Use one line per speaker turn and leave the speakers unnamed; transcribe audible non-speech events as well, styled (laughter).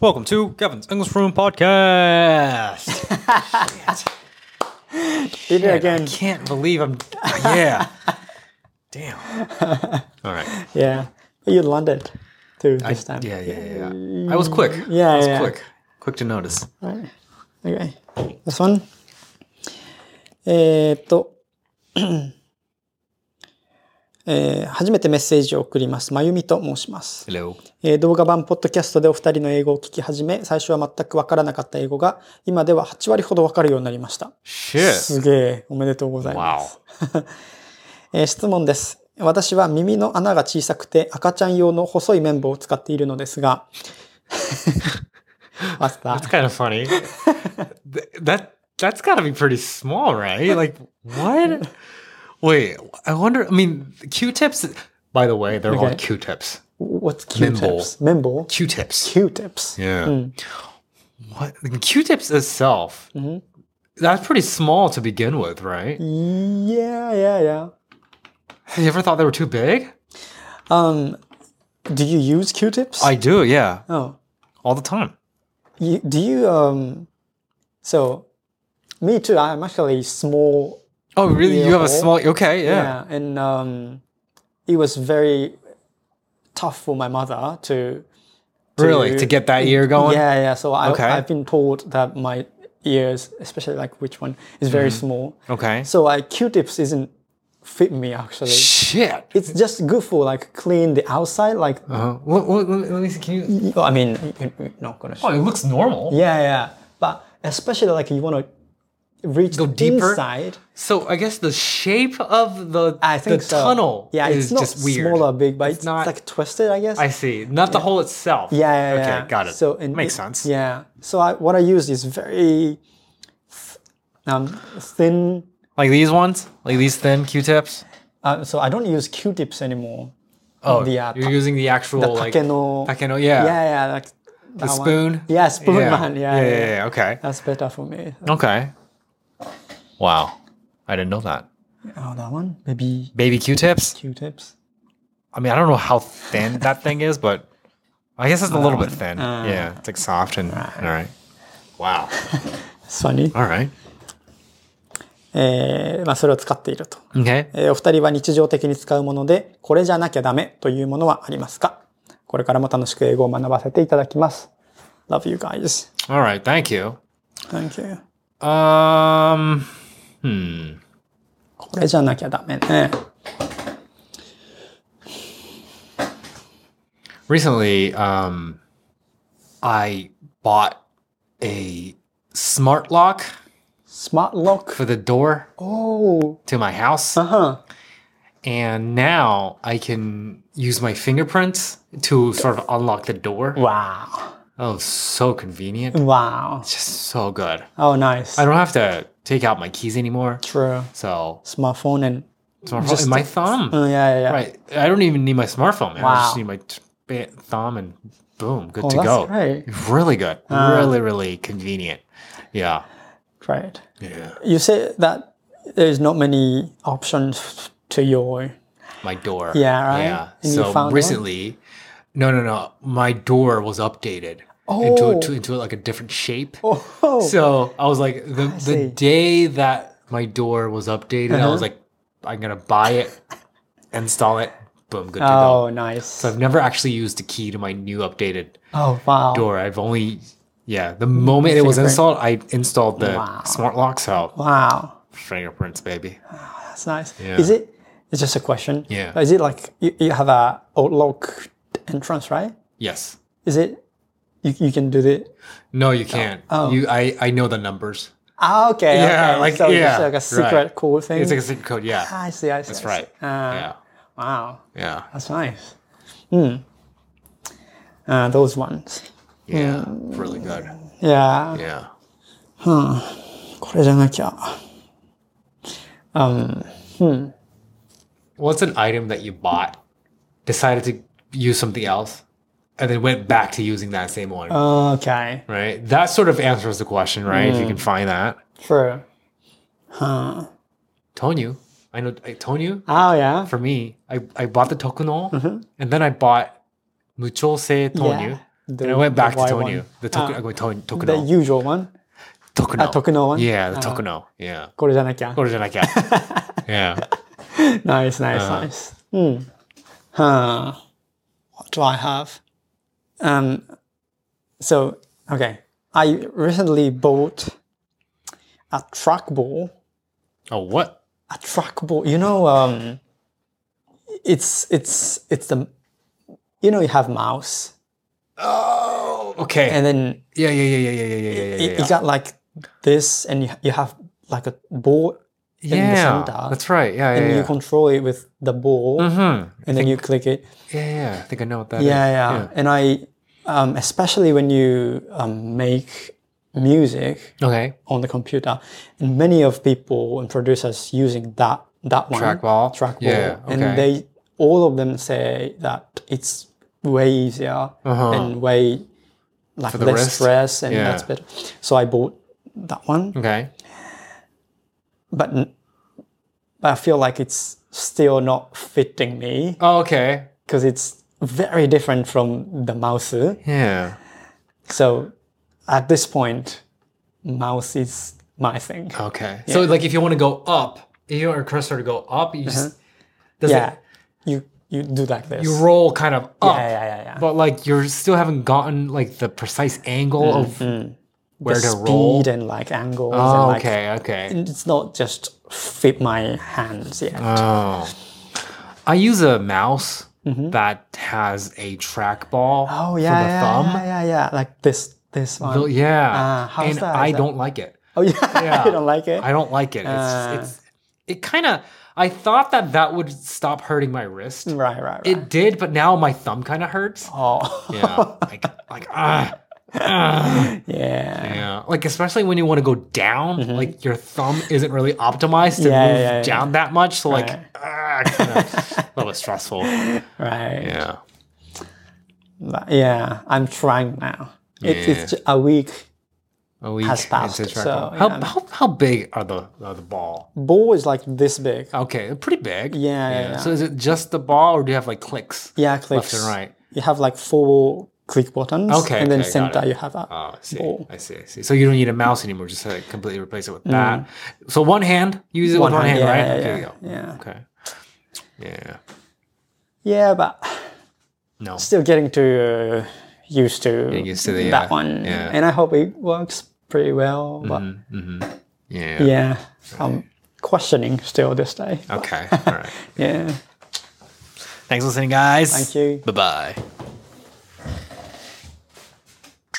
Welcome to Kevin's English Room Podcast.
Did it again.
I can't believe I'm.
(laughs)
Yeah. Damn. All right.
Yeah. But you landed too this time.
Yeah, yeah, yeah, yeah. I was quick.
Yeah,
I was
yeah.
quick. Quick to notice.
Right. Okay. This one. えーっ (clears throat) と、えー初めてメッセージを送ります。まゆみと申します。
Hello.
えー動画版ポッドキャストでお二人の英語を聞き始め、最初は全くわからなかった英語が、今では8割ほどわかるようになりました。
Shit.
すげえ、おめでとうございます。えー質問です。私は耳の穴が小さくて赤ちゃん用の細い綿棒を使っているのですが、マスター
That's kind of
(laughs)
funny. Th- that that's got to be pretty small, right? Like what? Wait, I wonder. I mean, Q-tips. By the way, they're all
Okay.
Q-tips.
What's
綿棒
Q-tips? 綿棒
Q-tips.
?Q-tips?
Yeah. What Q-tips itself? That's pretty small to begin with, right?
Yeah, yeah, yeah.
Have you ever thought they were too big?
Um, do you use Q-tips?
I do, yeah,
Oh.
all the time.
You, do you um so me too i'm actually small
Oh, really? You have a
Yeah.
small? Okay, yeah.
yeah and um it was very tough for my mother to
Really,
To-
to get that ear going?
yeah yeah so I,
Okay.
i've been told that my ears especially like which one is very small
Mm-hmm. Okay.
so I q-tips isn't fit me actually
Shit.
it's just good for like clean the outside like
Uh, let, let, let me- let me see. Can you?
you- i mean you- you're not gonna
Oh, it looks normal.
yeah yeah but especially like you want to reach the
deeper?
inside
So I guess the shape of the
I think
the
so.
tunnel
Yeah,
is
it's not
just weird.
small or big, but it's,
not-
like twisted, I guess.
I see. Not the hole itself.
yeah, yeah,
Okay,
yeah.
got it.
So
So
and
makes
it-
sense.
Yeah. So I, what I use is very th- um, thin.
Like these ones, like these thin Q-tips.
Uh, so I don't use Q-tips anymore.
Oh,
the, uh,
you're using the actual like
Takeno.
Takeno, yeah.
Yeah, yeah. Like
the spoon.
Yeah, spoon man.
yeah,
Yeah, yeah.
yeah, yeah, Okay.
That's better for me.
Okay. Wow, I didn't know that.
Oh, that one. Maybe
Baby Q-tips.
Q-tips.
I mean, I don't know how
(laughs)
thin that thing is, but I guess it's a little bit
Um,
thin.
uh,
yeah, it's like soft and all right. Wow.
It's funny.
All right.
えーまあ、それを使っていると。
Okay.
えーお二人は日常的に使うもので、これじゃなきゃダメというものはありますかこれからも楽しく英語を学ばせていただきます。Love you guys.
All right. Thank you.
Thank you.
Um. Hmm.
これじゃなきゃダメね。
Recently, um, I bought a smart lock
Smart lock.
for the door
Oh.
to my house,
あ
and now I can use my fingerprints to sort of unlock the door.
は。Wow.
Oh, so convenient.
Wow.
Just so good.
Oh, nice.
I don't have to take out my keys anymore.
True.
So,
Smartphone and...
it's my- my thumb.
Mm, yeah, yeah, yeah.
Right. I don't even need my smartphone. Man. I just
Wow.
need my t- ba- thumb and boom, good
Oh,
to
that's
go.
great. Uh,
Really good. really, really convenient. Yeah.
Right.
Yeah.
You say that there's not many options to your...
My door.
Yeah, right?
Yeah.
And you
so
found one?
recently, no, no, no. My door was updated into
Oh.
to, into like a different shape.
Oh.
So I was like, the, the
see. Uh-huh.
day that my door was updated, I was like, I'm gonna buy it, install it, boom, good to go.
Oh, nice.
I've never actually used the key to my new updated
Oh, wow.
door. I've only yeah, the moment it was
Fingerprint.
installed, I installed the
Mm, Wow.
smart lock. So
Wow.
fingerprints, baby.
That's nice.
Yeah.
Is it? It's just a question.
Yeah.
Is it like you, you have a outlook entrance, right?
Yes.
Is it? You, you can do the.
No,
Oh.
you can't. You, I, I know the numbers.
Ah, okay.
Yeah,
okay.
like-
so
yeah,
It's like a secret
right.
cool thing.
It's like a secret code. Yeah,
I see. I see.
that's right.
Uh,
yeah,
Wow,
yeah,
that's nice. Hmm. Uh, those ones.
yeah. Really good.
Yeah.
Yeah.
これじゃなきゃ。
What's an item that you bought, decided to use something else, and then went back to using that same one?
Okay.
right. That sort of answers the question, right? If you
Mm.
can find that.
True.
Tonu, I know. I- Tonu,
Oh yeah.
for me, I, I bought the tokuno and then I bought muchose tonyu.
Mm-hmm. Yeah. The,
And I went back
the
to
Y
Tonyu.
one.
The Tok-
Ah.
I went Tonyu-
The
Tokuno.
usual one.
Tokuno.
あ、徳の one? Ah.
Yeah, the
あー
Tokuno. Yeah.
これじゃなきゃ。
これじゃな
(laughs)
きゃ。yeah.
nice, nice,
Uh,
nice. Hmm. Huh. What do I have? Um. So okay, I recently bought a trackball.
Oh, what?
A trackball. You know, um, it's it's it's the, you know, you have mouse,
Oh, okay.
and then
yeah, yeah, yeah, yeah, yeah, yeah, yeah, yeah,
it,
yeah.
you got like this, and you you have like a ball,
yeah.
center.
That's right. Yeah,
and
yeah.
you
yeah.
control it with the ball,
Mm-hmm.
and then you click it.
Yeah, yeah. I think I know what that is.
yeah, yeah. And I, um, especially when you um, make music
Okay.
on the computer, and many of people and producers using that that one
Trackball?
trackball,
Yeah, okay.
and they all of them say that it's way easier and way like
Uh-huh. the
less
wrist?
stress and
Yeah.
that's better. So I bought that one,
Okay.
but n- but I feel like it's still not fitting me
Oh, okay.
because it's very different from the mouse.
Yeah.
So at this point, mouse is my thing.
Okay. So like if you want to go up, if you want your cursor to go up, you just does
Uh-huh. Yeah.
it,
You you do like this.
you roll kind of up.
yeah, yeah, yeah, yeah.
But like you're still haven't gotten like the precise angle of where
Mm-hmm. The
to
speed
roll.
and like angles and
Oh,
like Mm-hmm.
okay, okay.
it's not just fit my hands yet.
Oh. I use a mouse that has a trackball
Mm-hmm. oh yeah,
for the
yeah,
thumb.
yeah, yeah, yeah. Like this this one.
Well, yeah.
Ah, how's
and
that?
I
Is that-
don't like it.
oh yeah, (laughs)
Yeah.
you don't like it?
I don't like it. It's
Uh.
it's it kind of I thought that that would stop hurting my wrist.
right, right, right.
It did, but now my thumb kind of hurts. (laughs)
oh (laughs)
Yeah. Like like ah.
yeah.
Yeah, like especially when you want to go down, like your thumb isn't really optimized to
Mm-hmm. Yeah,
move
yeah, yeah.
down that much. So like,
Right.
ah,
(laughs)
kinda, a little bit stressful.
Right.
Yeah,
But yeah, I'm trying now. It's
Yeah.
it's ju- a week.
a week
Has passed,
into trackball.
so,
how,
yeah.
how how big are the are the ball?
Ball is like this big.
Okay, they're pretty big.
Yeah, yeah, yeah.
So is it just the ball, or do you have like clicks
Yeah, clicks.
left and right?
You have like four click buttons.
Okay,
And then
okay, got
center
it.
you have a
Oh, I see.
ball.
I see. I see. So you don't need a mouse anymore. Just uh, completely replace it with that. So one hand, use it
One
with one hand,
hand, yeah,
right?
yeah,
okay,
yeah,
there you go.
yeah.
Okay. Yeah.
Yeah, but
No.
still getting too uh, used to
used to the,
that
yeah,
one.
yeah. Mm-hmm.
And I hope it works pretty well. But
Yeah.
yeah, I'm questioning still this day. (laughs)
Okay. All right.
Yeah.
Thanks for listening, guys.
Thank you.
Bye bye.